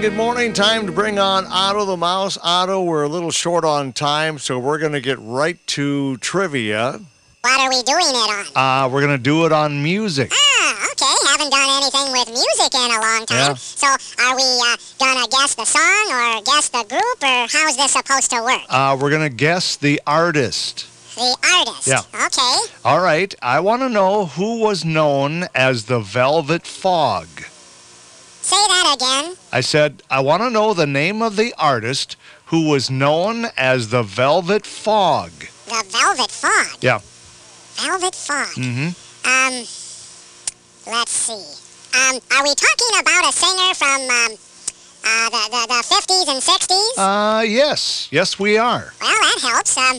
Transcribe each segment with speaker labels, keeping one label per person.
Speaker 1: good morning. Time to bring on Otto the Mouse. Otto, we're a little short on time, so we're going to get right to trivia.
Speaker 2: What are we doing it on?
Speaker 1: Uh, we're going to do it on music.
Speaker 2: Ah, okay. Haven't done anything with music in a long
Speaker 1: Yeah.
Speaker 2: time. So are we uh, gonna guess the song or guess the group or how's this supposed to work?
Speaker 1: Uh, we're going to guess the artist.
Speaker 2: The artist.
Speaker 1: Yeah.
Speaker 2: Okay.
Speaker 1: All right, I want to know who was known as the Velvet Fog.
Speaker 2: Say that again.
Speaker 1: I said, I want to know the name of the artist who was known as the Velvet Fog.
Speaker 2: The Velvet Fog.
Speaker 1: Yeah.
Speaker 2: Velvet Fog.
Speaker 1: Mm-hmm.
Speaker 2: Um, let's see. Um, are we talking about a singer from um, uh, the, the, the 50s and 60s?
Speaker 1: Uh, yes, yes, we are.
Speaker 2: well, that helps. Um,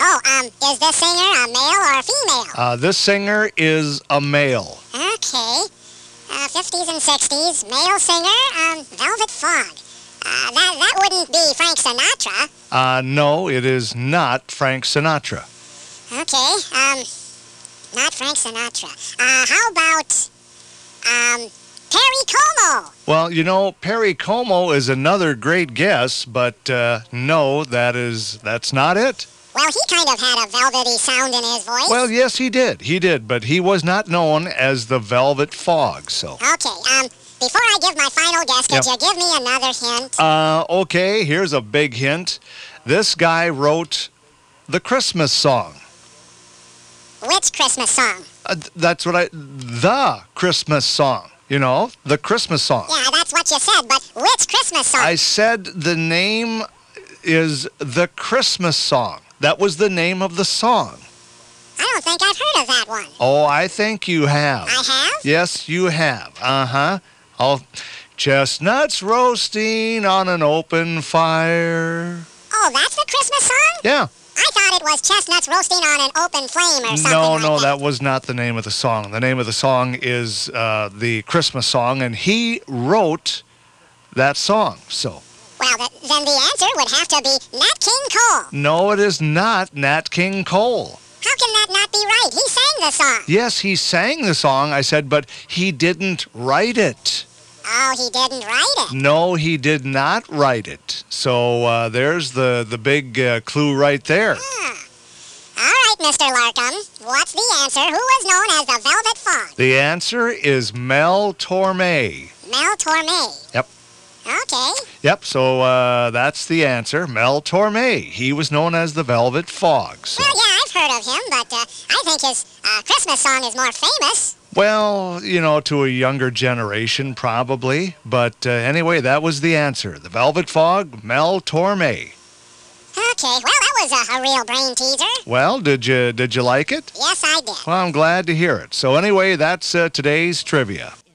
Speaker 2: oh, um, is this singer a male or a female?
Speaker 1: Uh, this singer is a male.
Speaker 2: Okay. Uh, 50s and 60s, male singer, um, Velvet Fog. Uh, that, that wouldn't be Frank Sinatra.
Speaker 1: Uh, no, it is not Frank Sinatra.
Speaker 2: Okay, um, not Frank Sinatra. Uh, how about, um, Perry Como?
Speaker 1: Well, you know, Perry Como is another great guess, but uh, no, that is that's not it.
Speaker 2: Well, he kind of had a velvety sound in his voice.
Speaker 1: Well, yes, he did. He did, but he was not known as the Velvet Fog. So,
Speaker 2: okay, um, before I give my final guess,
Speaker 1: Yep.
Speaker 2: could you give me another hint?
Speaker 1: uh, okay, here's a big hint. This guy wrote the Christmas song.
Speaker 2: Which Christmas song?
Speaker 1: Uh, th- that's what I. The Christmas song. You know, the Christmas song.
Speaker 2: Yeah, that's what you said, but which Christmas song?
Speaker 1: I said the name is the Christmas song. That was the name of the song.
Speaker 2: I don't think I've heard of that one.
Speaker 1: Oh, I think you have.
Speaker 2: I have?
Speaker 1: Yes, you have. Uh huh. Oh, chestnuts roasting on an open fire.
Speaker 2: Oh, that's the Christmas song?
Speaker 1: Yeah.
Speaker 2: I thought it was chestnuts roasting on an open flame or something.
Speaker 1: No,
Speaker 2: like
Speaker 1: no,
Speaker 2: that.
Speaker 1: that was not the name of the song. The name of the song is uh, the Christmas song, and he wrote that song. So,
Speaker 2: Well, th- then the answer would have to be Nat King Cole.
Speaker 1: no, it is not Nat King Cole.
Speaker 2: How can that not be right? He sang the song.
Speaker 1: Yes, he sang the song, I said, but he didn't write it.
Speaker 2: Oh, he didn't write it.
Speaker 1: No, he did not write it. So uh, there's the, the big uh, clue right there.
Speaker 2: All right, Mr. Larkham. What's the answer? Who was known as the Velvet Fog?
Speaker 1: The answer is Mel Torme.
Speaker 2: Mel Torme.
Speaker 1: Yep.
Speaker 2: Okay.
Speaker 1: Yep, so uh, that's the answer. Mel Torme. He was known as the Velvet Fog. So.
Speaker 2: Well, yeah, I've heard of him, but uh, I think his uh, Christmas song is more famous.
Speaker 1: Well, you know, to a younger generation, probably. But uh, anyway, that was the answer. The Velvet Fog, Mel Torme.
Speaker 2: Okay. Well, that was a, a real brain teaser.
Speaker 1: Well, did you did you like it?
Speaker 2: Yes, I did.
Speaker 1: Well, I'm glad to hear it. So, anyway, that's uh, today's trivia.